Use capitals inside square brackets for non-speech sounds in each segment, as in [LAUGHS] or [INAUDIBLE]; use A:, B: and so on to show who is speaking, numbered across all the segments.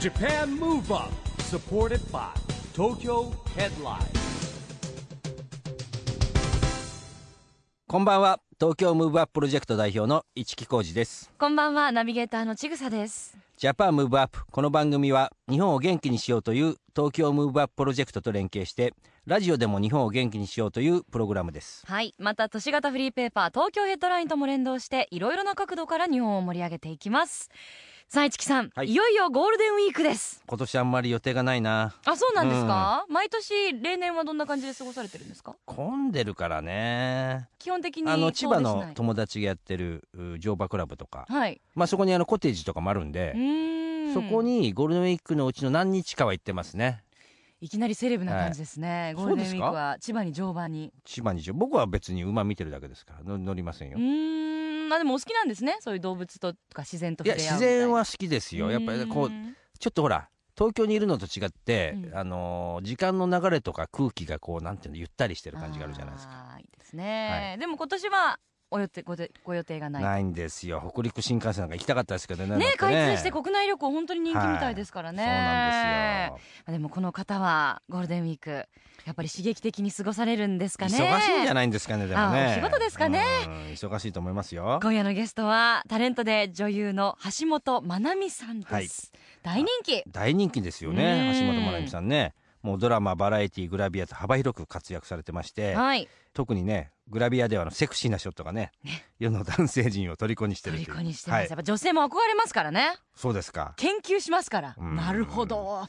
A: JAPAN MOVE UP SUPPORTED BY TOKYO HEADLINE
B: こんばんは東京ムーブアッププロジェクト代表の市木浩二です
C: こんばんはナビゲーターのちぐさです
B: ジャパンムーブアップこの番組は日本を元気にしようという東京ムーブアッププロジェクトと連携してラジオでも日本を元気にしようというプログラムです
C: はいまた都市型フリーペーパー東京ヘッドラインとも連動していろいろな角度から日本を盛り上げていきますさあ市木さん、
B: はい
C: い、よいよゴールデンウィークです
B: 今年あんまり予定がないな
C: あそうなんですか、毎年例年はどんな感じで過ごされてるんですか
B: 混んでるからね
C: 基本的に
B: あの
C: 遠出し
B: 千
C: な
B: 葉
C: い
B: の友達がやってるう乗馬クラブとか
C: はい
B: まあそこにあのコテージとかもあるん
C: う
B: で
C: ーん
B: そこにゴールデンウィークのうちの何日かは行ってますね
C: いきなりセレブな感じですね、ゴールデンウィークは千葉に乗馬に
B: 千葉に一応僕は別に馬見てるだけですからの乗りませんよ
C: うーんあでもお好きなんですねそういう動物ととか自然と
B: いや
C: 触
B: 自
C: れ合うみたいな
B: 然は好きですよやっぱりこうちょっとほら東京にいるのと違って、
C: うん
B: あのー時間の流れとか空気がこうなんていうのゆったりしてる感じがあるじゃないですか
C: か。いいですね、でも今年はお予定ごでご予定がない。
B: ないんですよ北陸新幹線なんか行きたかったですけどね
C: ね
B: だって
C: 開通して国内旅行本当に人気みたいですからね。
B: そうなんで
C: でもこの方はゴールデンウィークやっぱり刺激的に過ごされるんですかね。
B: すよ忙しいんじゃ
C: ない。
B: ないんですかねでもね
C: あお仕事ですかね
B: うん忙しいと思いますよ
C: 今夜のゲストはタレントで女優の橋本まなみさんです。
B: はい
C: 大人気。
B: 大人気ですよ
C: う
B: ね
C: ん
B: 橋本まなみさんねもうドラマバラエティグラビアと幅広く活躍されてまして
C: はい。
B: 特にねグラビアではあのセクシーなショットがね世の男性陣を虜にしてるという
C: 虜にしてます、
B: はい
C: やっぱ女性も憧れますからね。
B: そうですか
C: 研究しますから。
B: うん
C: なるほど。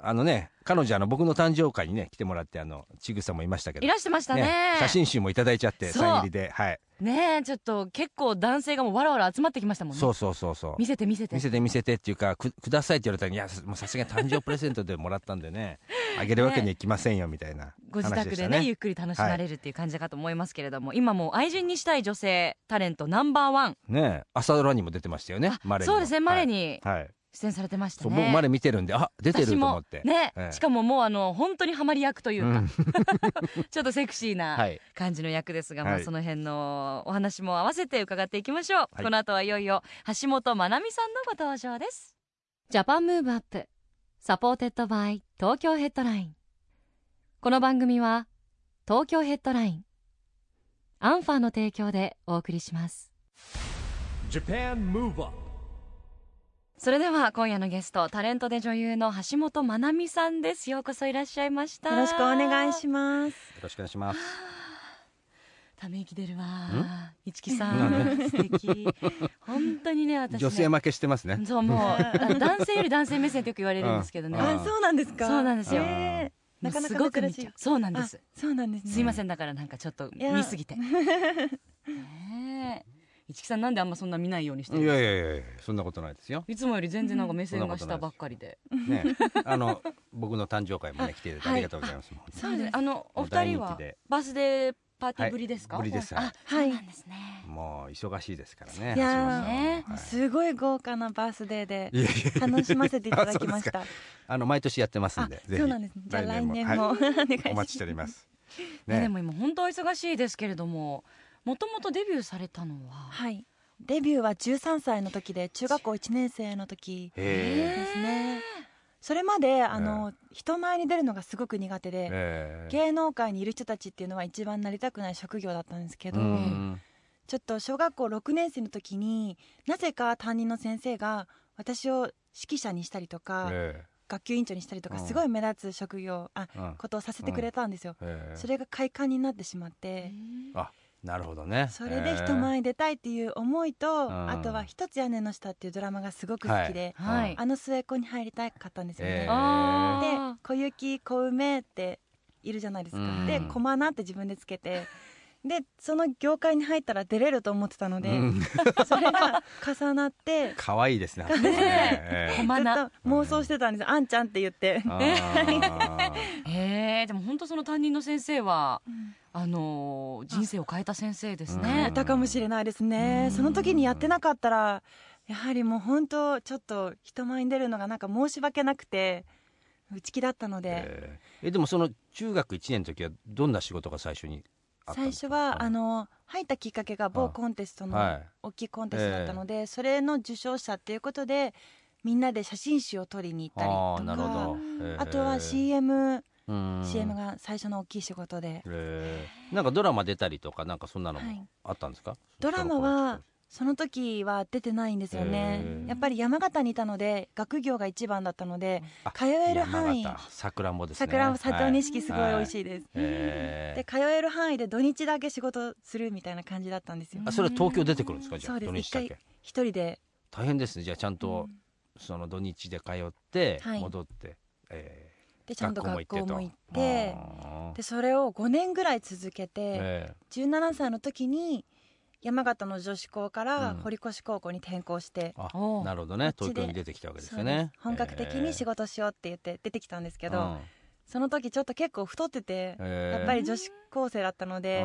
B: あのね彼女あの僕の誕生会にね来てもらってあのちぐさもいましたけど
C: いらしてましたね。
B: 写真集もいただいちゃって
C: そう
B: サイン入りではい
C: ねえちょっと結構男性がもうわらわら集まってきましたもんね
B: そうそうそうそう
C: 見せて見せて
B: 見せて見せてっていうかくくださいって言われたらいやすもうさすがに誕生プレゼントでもらったん
C: [LAUGHS]
B: でねあげるわけにはいきませんよみたいな
C: ご自宅
B: 話し
C: で
B: た
C: ねゆっくり楽しまれるっていう感じかと思いますけれども、今もう愛人にしたい女性タレントナンバーワン
B: ね朝ドラにも出てましたよねマレにも
C: そうですねマレに
B: はい、はい
C: 出演されてました
B: そう
C: ね、
B: 僕マレ見てるんであ出てると
C: 私
B: 思
C: も
B: って
C: ね、
B: ええ
C: しかももうあの本当にハマり役といううか、
B: ん
C: ちょっとセクシー
B: は
C: ない感じの役ですが、ま
B: は
C: あ、
B: い
C: その辺のお話も合わせて伺っていきましょう、
B: い
C: この後はいよいよ橋本まなみさんのご登場ですジャパンムーブアップサポーテッドバイ東京ヘッドラインこの番組は東京ヘッドラインアンファーの提供でお送りします
A: JAPAN MOVE UP
C: それでは今夜のゲストタレントで女優の橋本まなみさんですようこそいらっしゃいました
D: よろしくお願いします。
B: よろしくお願いします
C: ため息出るわ
B: ん
C: 一木さん素敵本当にね私ね
B: 女性負けしてますね
C: [LAUGHS] そうもうあ男性より男性目線ってよく言われるんですけどね
B: うん
C: も
B: あ
D: あ、そうなんですか。
C: そうなんですよ
D: ねえな
C: う
D: かな
C: す
D: か
C: ごく
D: 珍
C: 見
D: し
C: ちゃ。
D: いう
C: そうなんで
D: あ
C: す、
D: そうなんですね。
C: すいませんだからなんかちょっと
D: いや
C: 見すぎてねえ一木さんなんであんまそんな見ないようにしてる
B: い
C: ん
B: や
C: です
B: い
C: か
B: やいやいやそんなことないですよ
C: いつもより全然なんか目線
B: そんな
C: が
B: こと
C: 下
B: ないです
C: ばっかりで
B: ねあの僕の誕生会もね来ていただいてありがとうございます、
C: そうですねあのお
B: もう
C: 二
B: 大
C: 人
B: 人気
C: は
B: で
C: バースデーパーティーぶりですか、
B: はいぶりですはい
C: あそうなんですね、
B: もう忙しいですからね。
D: いや
B: 橋本
C: ー
B: さんも
D: すごい豪華なバースデーで
B: はいいやいや
D: 楽しませていただきました。
B: あの毎年やってますん
D: あ
B: で、、
D: そうなんですね。じゃあ来年も
B: は
D: お願いします
B: いお待ちしております。
C: ね、で
B: ね、
C: も今本当お忙しいですけれどももともとデビューされたのは
D: はい。デビューは13歳の時で中学校1年生の時
B: へ
D: ですね。それまであの人前に出るのがすごく苦手
B: ー
D: で。
B: えー
D: 芸能界にいる人たちっていうのは一番なりたくない職業だったんですけど、
B: うん
D: ちょっと小学校6年生の時になぜか担任の先生が私を指揮者にしたりとか、
B: え
D: 学級委員長にしたりとか
B: うん
D: すごい目立つ職業あ
B: ーうん
D: ことをさせてくれたんですよ、
B: えー
D: それが快感になってしまって、
B: なるほどね。
D: それで人前に出たいっていう思いと、
B: ん
D: あとは「一つ屋根の下」っていうドラマがすごく好きで、
C: はい
D: あの末っ子に入りたかったんですよね、
B: えー
C: あ
D: で「小雪小梅」っているじゃないですか、
B: うん
D: で「小花」って自分でつけてでその業界に入ったら出れると思ってたので、 [LAUGHS] それが重なって
B: 可愛い
D: [LAUGHS]
B: ですね。橋本さんねえー
C: 小
D: ずっ
C: 花
D: と妄想してたんです「あんちゃん」って言って
B: あ
D: [LAUGHS]
B: ー
C: へえでも本当その担任の先生は
D: うん
C: あのー人生を変えた先生です
B: うん
C: ね
D: やったかもしれないですねその時にやってなかったらやはりもう本当ちょっと人前に出るのがなんか申し訳なくて内気だったので、
B: えーえでもその中学一年の時はどんな仕事が最初にあったん
D: 最
B: です
D: 初
B: か。
D: はあの入ったきっかけが某コンテストの
B: はい
D: 大きいコンテストだったので、それの受賞者っていうことでみんなで写真集を撮りに行ったり
B: ああ
D: と
B: なるほ
D: か
B: どへー
D: あとは CMCM
B: うん
D: CM が最初の大きい仕事で
B: へーなんかドラマ出たりとかなんかそんなの
D: は
B: も
D: い
B: あったんですか、
D: ドラマはその時は出てないんですよね
B: へー
D: やっぱり山形にいたので学業が一番だったので
B: あ
D: 通える範囲
B: 山形桜んぼですね
D: 桜は佐藤錦すごい美味
B: い、
D: しいです
B: へー
D: で通える範囲で土日だけ仕事するみたいな感じだったんですよ
B: あそれは東京出てくるんですかじゃ
D: そ
B: あ
D: うです
B: 土日だけ
D: 一人で
B: 大変ですねじゃあちゃんと、
D: うん
B: その土日で通って
D: はい
B: 戻って、え
D: で
B: ー
D: ちゃんと学校も行って
B: あー
D: でそれを5年ぐらい続けて
B: え
D: 17歳の時に山形の女子校か
B: う
D: ら
B: ん
D: 堀越高校に転校して、
B: ー
E: お
B: あ
E: う
B: なるほどね
D: こっ
B: 東
D: ちで
B: 京に出てきたわけです
D: そう
B: よ
D: です
B: ね
D: 本格的に仕
B: 事
D: 事しようって言って出てきたんですけど、その時ちょっと結構太ってて、やっぱり女子高生だったので。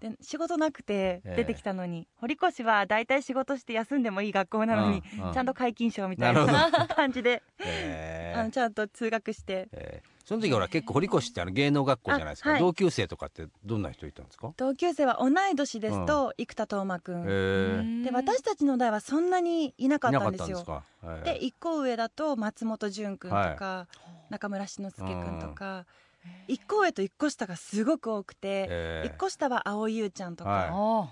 D: で仕事なくて
B: ええ
D: 出てきたのに、堀越は大体仕事して休んでもいい学校なのに、
B: うんうん
D: ちゃんと皆勤賞みたいな
B: な
D: [LAUGHS] 感じで、
B: え
D: あの
B: ー
D: ちゃんと通学して
B: えーその時ほら結構堀越ってあの芸能学校じゃないですか、
D: あはい
B: 同級生とかってどんな人いたんですか、
D: 同級生は同い年ですと、生田斗真君、
B: えー
D: で私たちの代はそんなにいなか
B: い
D: っ
B: な
D: た
B: か
D: ん
B: っ
D: で
B: たん
D: す
B: で
D: よ
B: すかえー
D: で一校上だと松本潤君とか、中村志之輔君とか、一校上と一個下がすごく多くて、
B: えー
D: 一個下は蒼井優ちゃんとか、
B: はい
E: お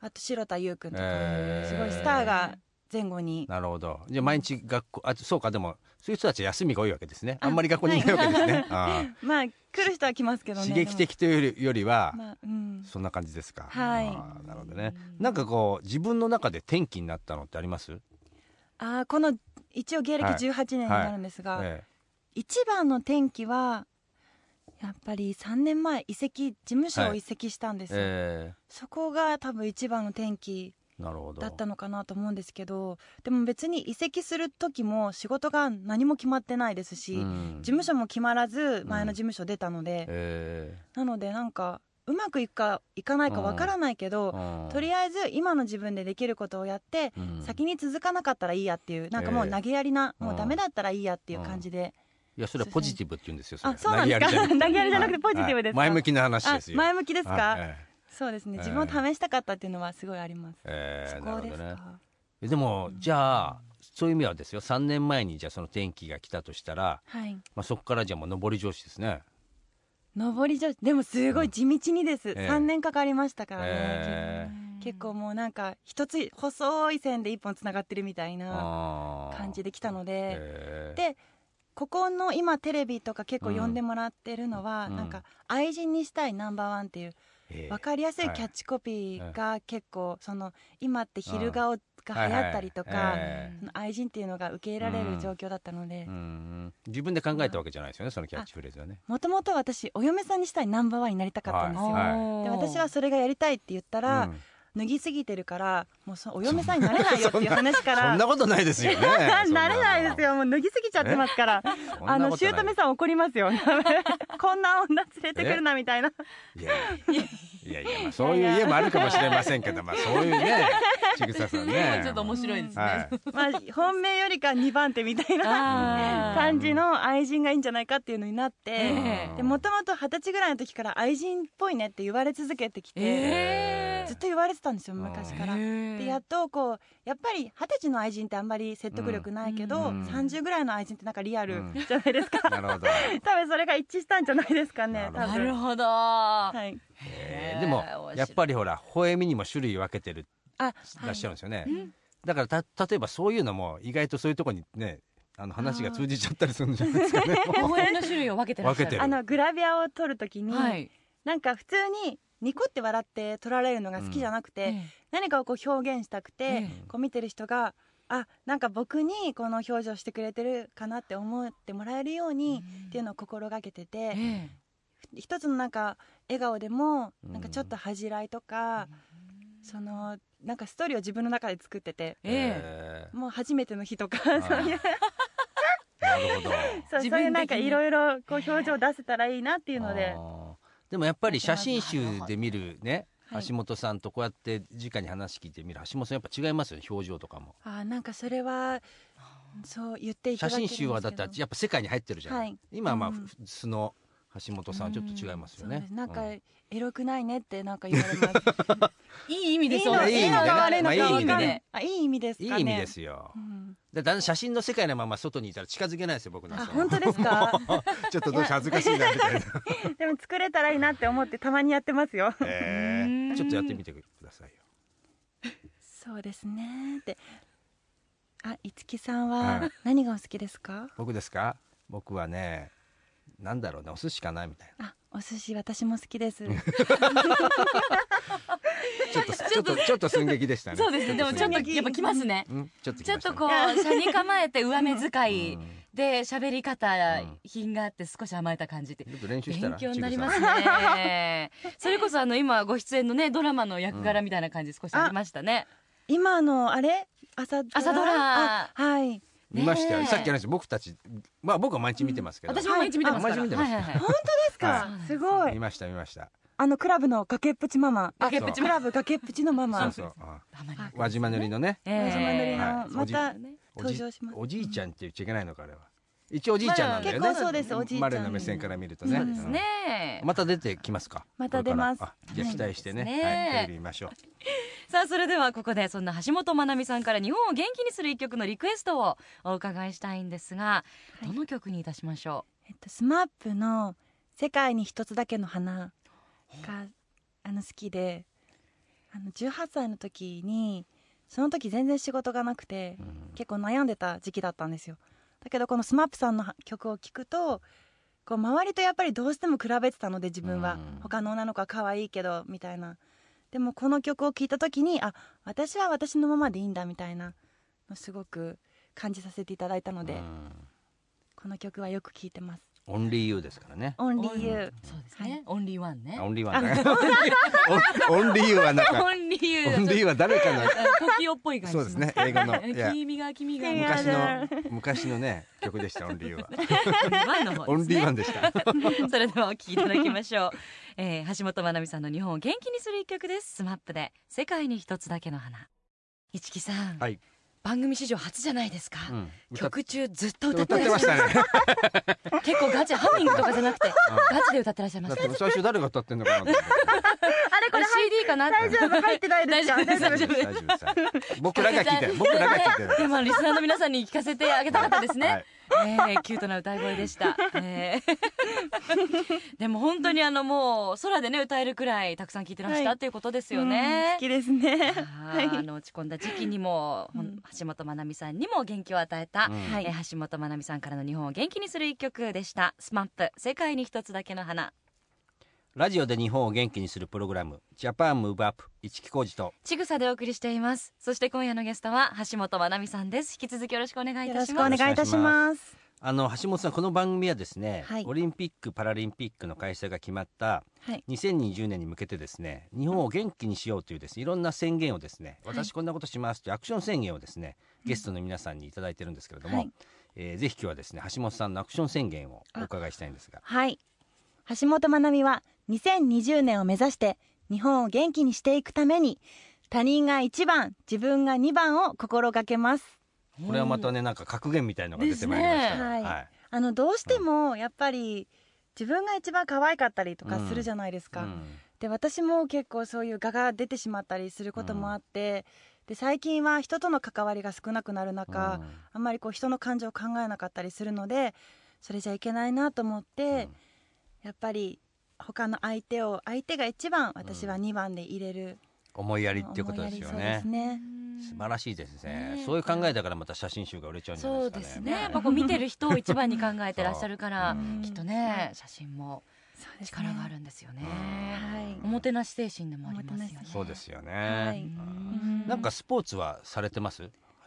D: あと白田優君とか、
B: えー
D: すごいスターが前後に、
B: なるほどじゃあ毎日学校あそうかでもそういう人たち休みが多いわけですねあんまり学校にいないわけですね、
D: [LAUGHS]
B: あ
D: まあ来る人は来ますけ
B: ー
D: どね
B: 刺激的というよりよりは、
D: でもまあうん、
B: そんな感じですか。
D: はい
B: あーなるほどね。なんかこう自分の中で転機になったのってあります？
D: あーこの一応芸歴
B: はい
D: 18年になるんですが、
B: え
D: 一番の転機はやっぱり3年前移籍事務所を移籍したんで
B: え
D: すよ、
B: え
D: そこが多分一番の転機
B: えなるほど。
D: だったのかなと思うんですけどでも別に移籍する時も仕事が何も決まってないですし、
B: うん
D: 事務所も決まらず前の事務所出たので、
B: え
D: なのでなんかうまくいくかいかないかわからないけど、
B: え
D: とりあえず今の自分でできることをやって、
B: うん
D: 先に続かなかったらいいやっていうなんかも
B: え
D: う
B: え
D: 投げやりな、
B: うん
D: もうダメだったらいいやっていう感じで、
B: いやそれはポジティブって言うんですよ。
D: あ
B: れ
D: そうなんですか [LAUGHS]
B: 投げやりじゃなくて
D: 投げやりじゃなくてポジティブですか
B: はい前向きな話ですよ。
D: あ前向きですか、
B: はいえ
D: そうですね
B: ええ
D: 自分を試したかったっていうのはすごいあります、
B: えええ
D: そ
B: な
D: こ
B: る
D: で
B: ほ
D: す
B: ど
D: か、
B: ね。えでもじゃあそういう意味はですよ。三年前にじゃあその転機が来たとしたら、
D: はい
B: まあそこからじゃあもう上り調子ですね。
D: 上り調子でもすごい地道にです、
B: ええ
D: 3年かかりましたからね、
B: ええ
D: 結構もうなんか一つ細い線で一本つながってるみたいな
B: あー
D: 感じできたので、
B: ええ
D: でここの今テレビとか結構呼んでもらってるのは、
B: うん
D: なんか愛人にしたいナンバーワンっていう
B: ええ
D: わかりやすいキャッチコピーが結構その今って昼顔が流行ったりと
B: はいはい
D: か
B: ええ
D: その愛人っていうのが受け入れられる状況だったので
B: うん自分で考えたわけじゃないですよね、そのキャッチフレーズはね。
D: もともと私お嫁さんにしたいナンバーワンになりたかったんですよ、
B: はい
D: で私はそれがやりたいって言ったら、
B: うん
D: 脱ぎすぎてるからもうそお嫁さんになれないよっていう話か
B: そ
D: ら
B: ん
D: [LAUGHS]
B: なことないですよね。
D: なれないです
B: よ。
D: よもう脱ぎすぎちゃってますから
B: そん
D: あ
B: な
D: の
B: ことない
D: 姑さん怒りますよ [LAUGHS] こんな女連れてくるなみた
B: [LAUGHS]
D: いない
B: やいやいや、まあ、そういう家もあるかもしれませんけど、まあ、そういうね、ちぐささんね。
C: [LAUGHS] ちょっと面白いですね。
B: はい。
D: まあ本命よりか2番手みたい
E: あ
D: な
E: ー
D: 感じの愛人がいいんじゃないかっていうのになっ
B: う
D: て、
B: ん
D: でもともと二十歳ぐらいの時から愛人っぽいねって言われ続けてきて、
B: え
D: ずっと言われてたんですよ昔から。でやっとこうやっぱり二十歳の愛人ってあんまり説得力ないけど、
B: うん
D: 30ぐらいの愛人ってなんかリア
B: う
D: ル
B: ん
D: じゃないですか、 [LAUGHS]
B: なるほど。
D: 多分それが一致したんじゃないですかね多
C: な
D: 分
C: るほど。
D: はい
B: えーでも、やっぱりほら、微笑みにも種類分けてる、
D: あ、はい
B: らっしゃるんですよね。だから、た、例えば、そういうのも、意外とそういうとこにね、あの話が通じちゃったりするんじゃないですか
D: [LAUGHS]
B: ね。[LAUGHS]
C: 微笑みの種類を分けてらっしゃる。
B: 分けてる
D: あのグラビアを撮る時に、
C: はい。
D: なんか普通にニコって笑って撮られるのが好きじゃなくて、何かをこう表現したくて、
C: え
D: こう見てる人があなんか僕にこの表情してくれてるかなって思ってもらえるようにっていうのを心がけてて、
C: え
D: 一つのなんか笑顔でも
B: うん
D: なんかちょっと恥じらいとか、そのなんかストーリーを自分の中で作ってて
C: ええ
B: え
D: もう初めての日とか
B: ー
D: そう [LAUGHS] いう
B: なるほど。
D: そう
C: 自分的に
D: そういうなんかいろいろこう表情を出せたらいいなっていうので
B: あ。ーでもやっぱり写真集で見るね
D: はい
B: 橋本さんとこうやって直に話聞いてみる橋本さんやっぱ違いますよね表情とかも
D: あーなんかそれはそう言っていた
B: 写
D: だける
B: 真
D: んですけ
B: 集
D: ど
B: はだってやっぱ世界に入ってるじゃない、
D: はい
B: 今はまあ、
D: うん
B: 素の橋本さんちょっと違います
D: そ
B: よ
D: うで
B: ね
D: す。なんか
B: うん、
D: エロくないねってなんか言われま
B: [LAUGHS]
D: す。
C: いい意味で
D: い
C: そう
B: いい意味でね
D: のか悪い
B: ま
D: のか
B: あいい意
D: わ
B: 味で
D: かんない
B: ね。
D: あいい意味ですか
B: い
D: ね。
B: い意味ですよ
D: う。ん。
B: だだんだん写真の世界のまま外にいたら近づけないですよ僕なん
D: あ
B: て
D: 本当ですか。
B: [LAUGHS] ちょっとどうし恥ずかしいなみたいな。
D: でも作れたらいいなって思ってたまにやってます
B: [LAUGHS]
D: よ。
B: え
C: う
B: ー
C: ん
B: ちょっとやってみてくださいよ。
D: そうですねって。あ、いつきさん
B: は
D: はい何がお好きですか。
B: 僕ですか？僕はね、なんだろうねお寿司かなみ
D: [LAUGHS]
B: たい
D: あ、お寿司私も好き
B: [LAUGHS]
D: です。
B: な。ちょっとちょっとちょっと寸劇でしたね。
C: そうですねでもちょっとやっぱ来ますね
B: うんちょっと
C: ちょっとこ
B: う
C: う車に構えて上目遣い
B: ん
C: で喋り方
B: うん
C: 品があって少し甘えた感じって
B: ちょっと練習した
C: 勉
B: ら
C: 強になりま
B: ち
C: す
B: ぐ
C: ね [LAUGHS] それこそあの今ご出演のねドラマの役柄みたいな感じ少しありましたね
D: 今のあれ朝ドラ。
C: 朝ドラ
D: あはい。
B: さん見ましたよ。
C: ねえ
B: さっきの話僕たちまあ僕は毎日見てますけど。
C: 私も毎日見てますから
B: あ毎日見てます
C: はいはいはい
D: 本当ですか
C: は。い
D: すご
B: 見
D: い。
B: ました見ました。
D: あのクラブの崖っぷちママ。
C: 崖っぷち
D: クラブ崖っぷちのマ
B: そ
D: マ。
B: うそう。うん
C: たまに
B: 輪島塗りのね。
C: ええ
D: 輪島塗り
B: は
D: の
B: い
D: また
C: お
B: お
C: じ
B: じ
D: 登場します
B: おじいちゃんって言っちゃいけないのかあれは。一応おじいちゃんなんだよね。
D: まあ結構そうですおじいちゃん
B: 我の目線から見るとね。
C: そうですね
B: うん。また出てきますか。
D: また出ます
B: これからあじゃあ期待してね。
C: は
B: はいい。テレビ見ましょう。
C: さあそれではここでそんな橋本まなみさんから日本を元気にする一曲のリクエストをお伺いしたいんですが、
D: はい
C: どの曲にいたしましょ
D: えっと、スマップの「世界に一つだけの花が」あの好きであの18歳の時にその時全然仕事がなくて
B: うん
D: 結構悩んでた時期だったんですよだけどこのスマップさんの曲を聴くとこう周りとやっぱりどうしても比べてたので自分は
B: うん
D: 他の女の子は可愛いけどみたいなでもこの曲を聴いた時にあ私は私のままでいいんだみたいなのすごく感じさせていただいたので
B: うん
D: この曲はよく聴いてます
B: オンリーユーですからね。
D: オ
C: う
D: ンリーユー
C: そうですね、オンリーワンね
B: オンリーワンだから。オンオンリーユーはなんか
C: オンリーユー
B: オンリーユーは誰かの
C: 時よっぽい感じ
B: そうですね英語のいや
C: 君が君が
D: や
B: 昔
D: だ
B: の昔のね曲でしたオンリーユーは。
C: ワンの方
B: オ
C: で
B: ン
C: す
B: リー
C: ね
B: ワンでした。
C: [LAUGHS] それではお聞きいただきましょう、 [LAUGHS] えー橋本まなみさんの日本を元気にする一曲ですスマップで世界に一つだけの花一木さん、
B: はい
C: 番組史上初じゃないですか、
B: うん歌っ
C: 曲中ずっと歌
B: 歌
C: っ
B: ってて
C: らっ
B: ま
C: し
B: し
C: ゃ
B: た
C: る
B: ね。
C: 結構ガチハミングとかじゃなくてガチで歌ってらっしゃいま
B: だ
C: し
B: ったて最初誰が歌ってんのかなと思って。
C: あれこれ CD かな大丈夫入ってないですか大丈夫
B: 大丈夫です大丈夫です。僕らが聞いてる僕らが聞いてる。
C: [LAUGHS] 今リスナーの皆さんに聞かせてあげたかったですね、
B: はい
C: えーキュートな歌声でした、え [LAUGHS] ーでも本当にあのもう空でね歌えるくらいたくさん聴いてらっしゃった
D: はい
C: っていうことですよね
D: 好、きですね。
C: あーあの落ち込んだ時期にも、ほん
D: うん
C: 橋本まなみさんにも元気を与えた、
B: うん
D: はい
C: えー橋本まなみさんからの日本を元気にする一曲でした「スマップ世界に一つだけの花
B: ラジオで日本を元気にするプログラムジャパンムーブアップ一木工事と」
C: ちぐさでお送りしていますそして今夜のゲストは橋本まなみさんです引き続きよろしくお願いい
D: よ
C: た
D: ろ
C: し
D: しくお
C: ます
D: 願いいたします。
B: あの橋本さんこの番組はですね、
D: はい
B: オリンピック・パラリンピックの開催が決まった
D: はい。
B: 2020年に向けてですね日本を元気にしようというですねいろんな宣言をですね私こんなことしますというアクション宣言をですねゲストの皆さんに頂いただいてるんですけれども、
D: はい
B: えーぜひ今日はですね橋本さんのアクション宣言をお伺いしたいんですが
D: はい。橋本まなみは2020年を目指して日本を元気にしていくために他人が1番、自分が2番を心がけます。
B: これはまたねなんか格言みたいのが出てまいりました
D: ですね
B: が
D: はいあのどうしてもやっぱり自分が一番可愛かったりとかするじゃないですか。
B: うん
D: で私も結構そういう画が出てしまったりすることもあって、で最近は人との関わりが少なくなる中、
B: うん
D: あんまりこう人の感情を考えなかったりするのでそれじゃいけないなと思って、
B: うん
D: やっぱり他の相手を相手が1番私は2番で入れる、
B: 思いやりっていうことですよ
D: 思いやり
B: ね
D: そうですね
B: 素晴らしいですね
C: ねえ
B: そういう考えだからまた写真集が売れちゃうんじゃない
C: そう
B: で
C: ですす
B: か
C: ね
B: ね
C: やっぱこう見てる人を一番に考えてらっしゃるから
B: うん
C: きっとね写真も
D: そうですね
C: 力があるんですよね
D: はい
C: おもてなし精神でもありますよ
D: おもてな
C: ね
D: し
B: そうですよね、
D: はい
C: うん
B: なんかスポーツはされてます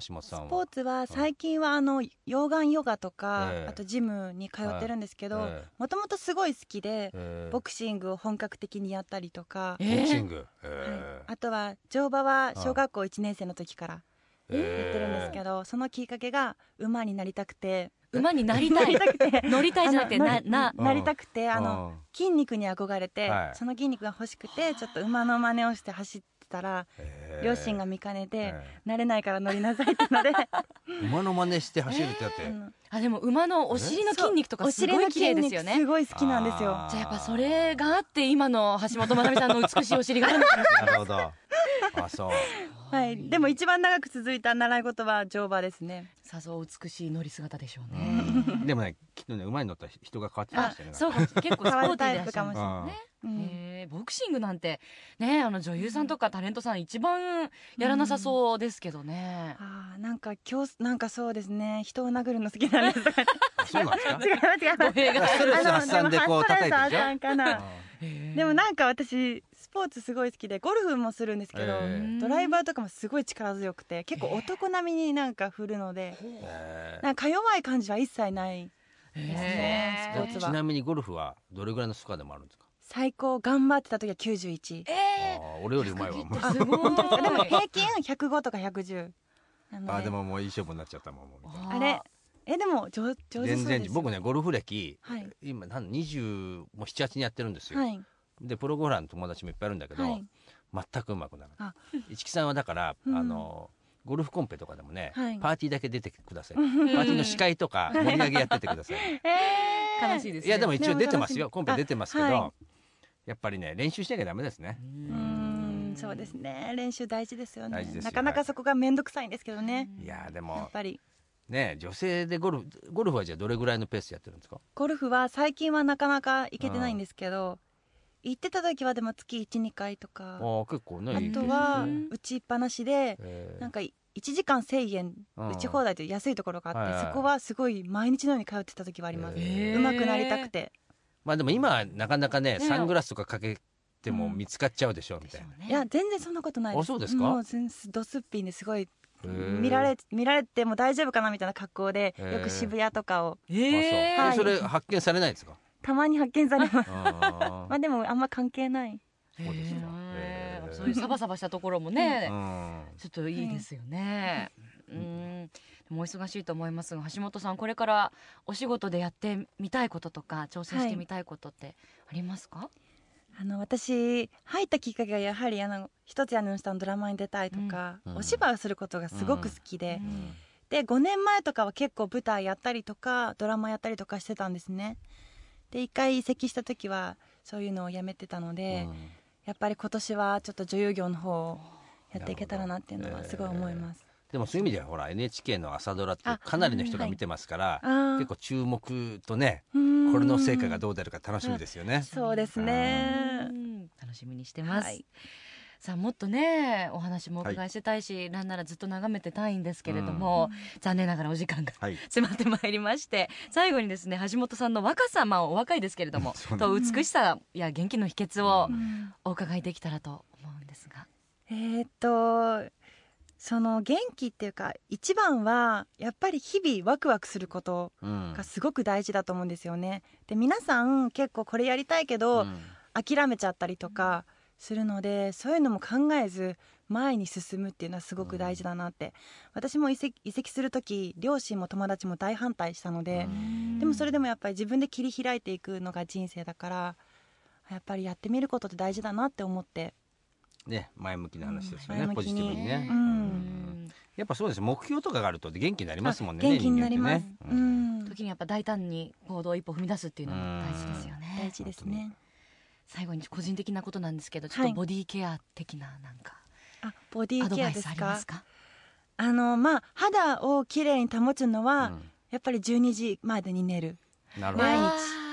B: 橋本さんは
D: スポーツは最近はあの溶岩ヨガとか、
B: ええ
D: あとジムに通ってるんですけど
B: ええ
D: もともとすごい好きで、
B: えー
D: ボクシングを本格的にやったりとか、
C: え
B: ボクシング、え
D: はい
B: ー、
D: あとは乗馬は小学校1年生の時からやってるんですけ
B: ど
D: ど、そのきっかけが馬になりたくて
C: 馬になりたい
D: なりたくて
C: 乗りたいじゃなくて
D: あの
C: なな
B: うん
D: なりたくてあの筋肉に憧れて、
B: はい
D: その筋肉が欲しくてちょっと馬の真似をして走ったら、
B: えー
D: 両親が見かねて、
B: え
D: 慣れないから乗りなさいってので
C: [LAUGHS]
B: ー馬の真似して走るってやって
D: あの
C: あでも馬のお尻の筋肉とか
D: お
C: す
D: 尻
C: ご
D: の
C: い綺麗で
D: 筋肉
C: すよ
D: す
C: ね。
D: ごい好きなんですよ
B: あー
C: じゃあやっぱそれがあって今の橋本まなみさんの美しいお尻があるのかもし
B: なるほどあそう
D: はい、でも一番長く続いた習い事は乗馬ですね
C: れ [LAUGHS] ない。さぞお美しい乗り姿でしょうね。
D: [LAUGHS]
B: でもねきっとね馬に乗ったら人が変わってましたよね
C: そうか結構スポーティーでいらっしゃいます
D: う
C: よ
B: あ
C: ね。
D: うん
C: へーボクシングなんてねあの女優さんとかタレントさん一番やらなさそうですけどね。
D: あーなんか今日なんかそうですね人を殴るの好きなん
C: [LAUGHS]
D: です違い
B: ーそうなんですか
D: ます違
C: 語弊
D: います
C: が
B: スト [LAUGHS] レス発
D: あの
B: 散でこう
D: も
B: 叩いてる
D: ハ
B: で
D: ンス
B: し
D: トレス発散かな
B: ょ
D: でもなんか私スポーツすごい好きでゴルフもするんです [LAUGHS] けど、
B: え
C: ー
D: ドライバーとかもすごい力強くて結構男並みになんか振るので、
B: え
D: なんかか弱い感じは一切ない
C: です
B: ー
D: ねスポーツ
B: ち
D: は
B: なみにゴルフはどれぐらいのスコアでもあるんですか
D: 最高頑張ってた時は91
C: え
B: あー俺よりうまいわもう
C: ー、すごい。
D: でも平均105とか110なの
B: あーでももういい勝負になっちゃったもんもうみたい
D: あれえでも上上手
B: な
D: そ
B: 全
D: うで
B: 然
D: す
B: 僕ねゴルフ歴
D: はい
B: 今なん20もう78にやってるんですよ、
D: はい
B: でプロゴルファーの友達もいっぱいいるんだけど、
D: はい
B: 全くうまくならな
D: あ
B: い一木さんはだから、
D: うん
B: あのゴルフコンペとかでもね、
D: はい
B: パーティーだけ出てくださいパーティーの司会とか盛り上げやっててください、
D: え
C: 悲しい
D: い
C: ですね。
B: いやでも一応
D: [LAUGHS] でも
B: 出てますよ
D: 楽しみ
B: コンペ出てますけど、
D: あは
B: やっぱりね練習しなきゃダメですね、
D: うーんそうですね練習大事ですよね
B: 大事ですよ
D: なかなかそこが面倒くさいんですけどね、
B: いやーで
D: や
B: も
D: っぱり
B: ね女性でゴルフゴルフはじゃあどれぐらいのペースでやってるんですか
D: ゴルフは最近はなかなか行けてないんですけど行ってた時はでも月12回と
B: あ
D: か
B: ー結構ね
D: あ
B: いいペース
D: と
B: です
D: は
B: ね
D: 打ちっぱなしで
B: えー
D: なんか1時間1000円
B: うん
D: 打ち放題という安いところが
B: はいは
D: あっ
B: い
D: てそこはすごい毎日のように通ってた時はあります
B: へ
D: 上
B: ー
D: 手くなりたくて
B: まあでも今はなかなかね
C: ね
B: サングラスとかかけても見つかっちゃうでしょうみたいな、
D: いや全然そんなことないです
B: あそうですか
D: もう全ドすっぴんですごい
B: へー
D: 見られ見られても大丈夫かなみたいな格好で
B: へー
D: よく渋谷とかを
C: え
B: あ
D: はい
B: そうえそれ発見されないんですか
D: たまに発見さ
B: [LAUGHS]
D: れます
B: あ
D: [LAUGHS] まあでもあんま関係ない
B: ーそうですかへー
C: そういうサバサバしたところもね、
B: う
C: ちょっといいですよね。うん、もう忙しいと思いますが、橋本さんこれからお仕事でやってみたいこととか挑戦してみたいことってありますか？
D: あの私入ったきっかけがやはりあの一つ屋根の下のドラマに出たいとか、
B: うん
D: お芝居をすることがすごく好きで、
B: ん
D: で5年前とかは結構舞台やったりとかドラマやったりとかしてたんですねで一回移籍した時はそういうのをやめてたので、
B: うん
D: やっぱり今年はちょっと女優業の方をやっていけたらなっていうのはすごい思います、
B: でもそういう意味ではほら NHK の朝ドラってかなりの人が見てますから、
D: あー
B: 結構注目とね
D: うーん
B: これの成果がどう出るか楽しみですよね。
D: そうですね
C: うん楽しみにしてます。
D: はい
C: さあもっとねお話もお伺いしてたいし、なんならずっと眺めてたいんですけれども、残念ながらお時間が
B: はい。
C: 迫ってまいりまして最後にですね橋本さんの若さまあお若いですけれども
B: そうね
C: と美しさや元気の秘訣を
D: うん
C: お伺いできたらと思うんですが、
D: えーっとその元気っていうか一番はやっぱり日々ワクワクすること
B: うん
D: がすごく大事だと思うんですよね。で皆さん結構これやりたいけど、
B: うん
D: 諦めちゃったりとかするのでそういうのも考えず前に進むっていうのはすごく大事だなって、私も移籍移籍する時両親も友達も大反対したので、でもそれでもやっぱり自分で切り開いていくのが人生だからやっぱりやってみることって大事だなって思って、
B: ね前向きな話ですよね、
D: 前向きに
B: ポジティブにね、
D: う、
C: うんん
B: やっぱそうです目標とかがあると元気になりますもんね
D: 元気になり
B: 人間
D: ま
B: っ
D: す、
B: てね
D: う
B: うん
D: ん、
C: 時にやっぱ大胆に行動を一歩踏み出すっていうのも大事ですよ
D: 大
C: ね
D: 事ですね
C: 最後に個人的なことなんですけどちょっ
D: は
C: と
D: い
C: ボディケア的ななんか
D: あボディ
C: アド
D: ーケ
C: バ
D: ア
C: イ
D: で
C: ス
D: す
C: あり
D: か
C: ま
D: あ
C: すか
D: のまあ肌をきれいに保つのは、
B: うん
D: やっぱり12時までに寝る
B: なるほど。
D: 毎日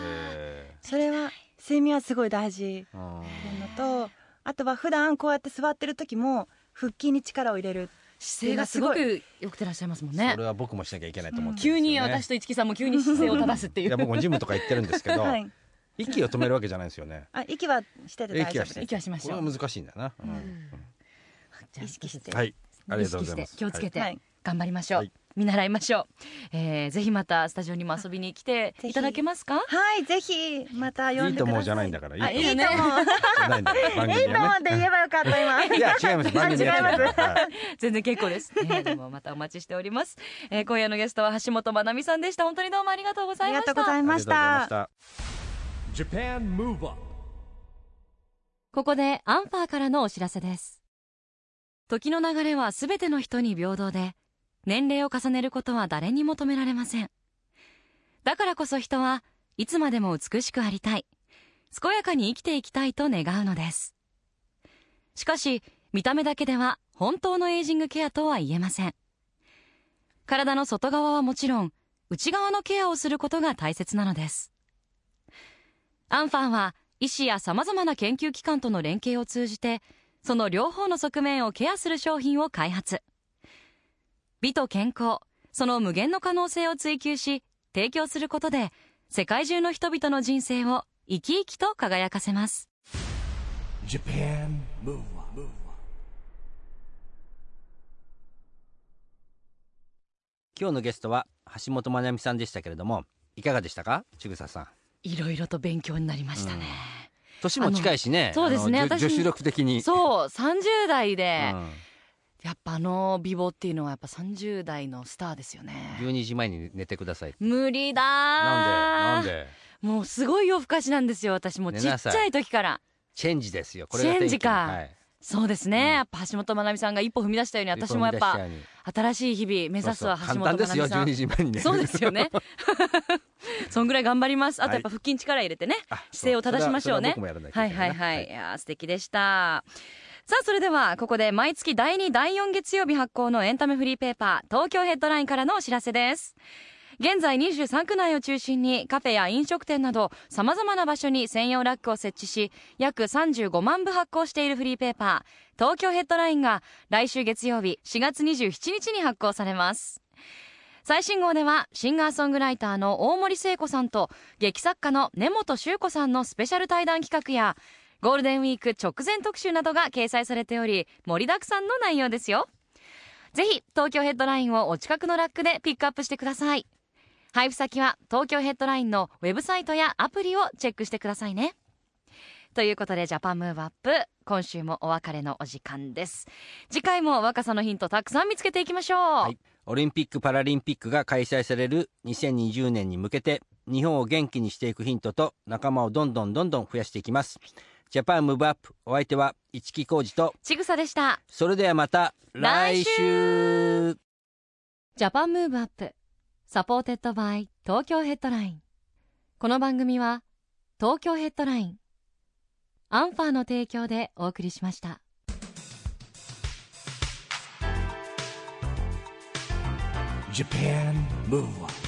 B: え
D: それは睡眠はすごい大事
B: ーうん
D: っていうのとあとは普段こうやって座ってる時も腹筋に力を入れる
C: 姿勢がすごくよくてらっしゃいますもんね
B: それは僕もしなきゃいけないと思ってるん
C: 急
B: です
C: に
B: よね
C: 私と一木さんも急に姿勢を正すってい
B: いや
C: う
B: 僕もジムとか行ってるんですけど、
C: [LAUGHS]
D: はい
B: 息を止めるわけじゃないんですよね。
D: あ息はしてて大
B: 息
D: 丈
B: は
D: 夫
B: してる
D: です
C: 息はしましょう
B: これは難しいんだよな。うん
C: [LAUGHS] じゃあ
D: 意識して
B: はい。あり
C: 意
B: がとうござ
C: 識し
B: い
C: て
B: ます。
C: 気をつけて、
D: はい
C: 頑張りましょう、
B: はい
C: 見習いましょう、えー、ぜひまたスタジオにも遊びに来ていただけますか
D: はいぜひまた
B: はい。
D: 呼
B: い
D: ん
B: い
D: で
B: と
D: ください
B: 思うじゃないんだから、いいと
C: あい
B: 思う
C: い
B: じ
C: よね
B: ゃないんだから、番組
D: いいと思う
B: は
D: っ
B: ね。
D: て言えばよかった今
B: いや、違います。番組は違い
C: [LAUGHS]
B: ます。はい
C: [LAUGHS] 全然結構です、えー、でもまたお待ちしております、えー、今夜のゲストは橋本まなみさんでした本当にどうもありがとうご
D: あ
C: ざい
D: り
C: まし
D: がと
C: た
D: うござい
B: ありがとう
D: ま
B: ご
D: し
B: ざいま
D: た
B: した。
A: Japan Move Up
F: ここでアンファーからのお知らせです
G: 時の流れはすべての人に平等で、年齢を重ねることは誰にも止められません。だからこそ人はいつまでも美しくありたい、健やかに生きていきたいと願うのです。しかし、見た目だけでは本当のエイジングケアとは言えません。体の外側はもちろん、内側のケアをすることが大切なのです。アンファンは医師や様々な研究機関との連携を通じて、その両方の側面をケアする商品を開発。美と健康、その無限の可能性を追求し、提供することで、世界中の人々の人生を生き生きと輝かせます。
A: Japan Move Up,
B: 今日のゲストは橋本まなみさんでしたけれどもいかがでしたかちぐささん
C: いろいろと勉強になりましたね。
B: 年も近いしね
C: あのそうですね
B: あの女
C: 私
B: 女子力的に
C: そう、30代で、
B: うん
C: やっぱあの美貌っていうのはやっぱ30代のスターですよね。
B: 12時前に寝てください
C: 無理だー
B: なんでなんで
C: もうすごい夜更かしなんですよ私もう
B: 寝
C: ち
B: な
C: っち
B: さい
C: ゃい時から
B: チェンジですよこれが
C: チェンジ
B: 転機
C: か
B: はい
C: そうですね、やっぱ橋本まなみさんが一歩踏み出したように私もやっ
B: 一歩
C: ぱ
B: 踏み出したよ
C: 新しい日々目
B: うに
C: 指すは
B: そうそ
C: 橋
B: う
C: 本ま
B: 簡
C: な
B: 単
C: み
B: ですよ12時
C: さん
B: 前にね
C: そうですよねそんぐらい頑張りますあとやっぱ腹筋力入れてね
B: あそう
C: 姿勢を正しましょうね
B: それはそれは僕もやらなきゃ
C: はい
B: いけな
C: はいい
B: な
C: はい、い、やー素敵でしたさあそれではここで毎月第2第4月曜日発行のエンタメフリーペーパー東京ヘッドラインからのお知らせです現在23区内を中心にカフェや飲食店などさまざまな場所に専用ラックを設置し約35万部発行しているフリーペーパー東京ヘッドラインが来週月曜日4月27日に発行されます最新号ではシンガーソングライターの大森聖子さんと劇作家の根本周子さんのスペシャル対談企画やゴールデンウィーク直前特集などが掲載されており盛りだくさんの内容ですよぜひ東京ヘッドラインをお近くのラックでピックアップしてください配布先は東京ヘッドラインのウェブサイトやアプリをチェックしてくださいねということでジャパンムーブアップ今週もお別れのお時間です次回も若さのヒントたくさん見つけていきましょう、
B: い [LAUGHS] オリンピック・パラリンピックが開催される2020年に向けて日本を元気にしていくヒントと仲間をどんどんどんどん増やしていきますジャパンムーブアップお相手は市木浩二と
C: ちぐさでした
B: それではまた来週
G: ジャパンムーブアップサポーテッドバイ東京ヘッドラインこの番組は東京ヘッドラインアンファーの提供でお送りしました。
A: Japan Move Up.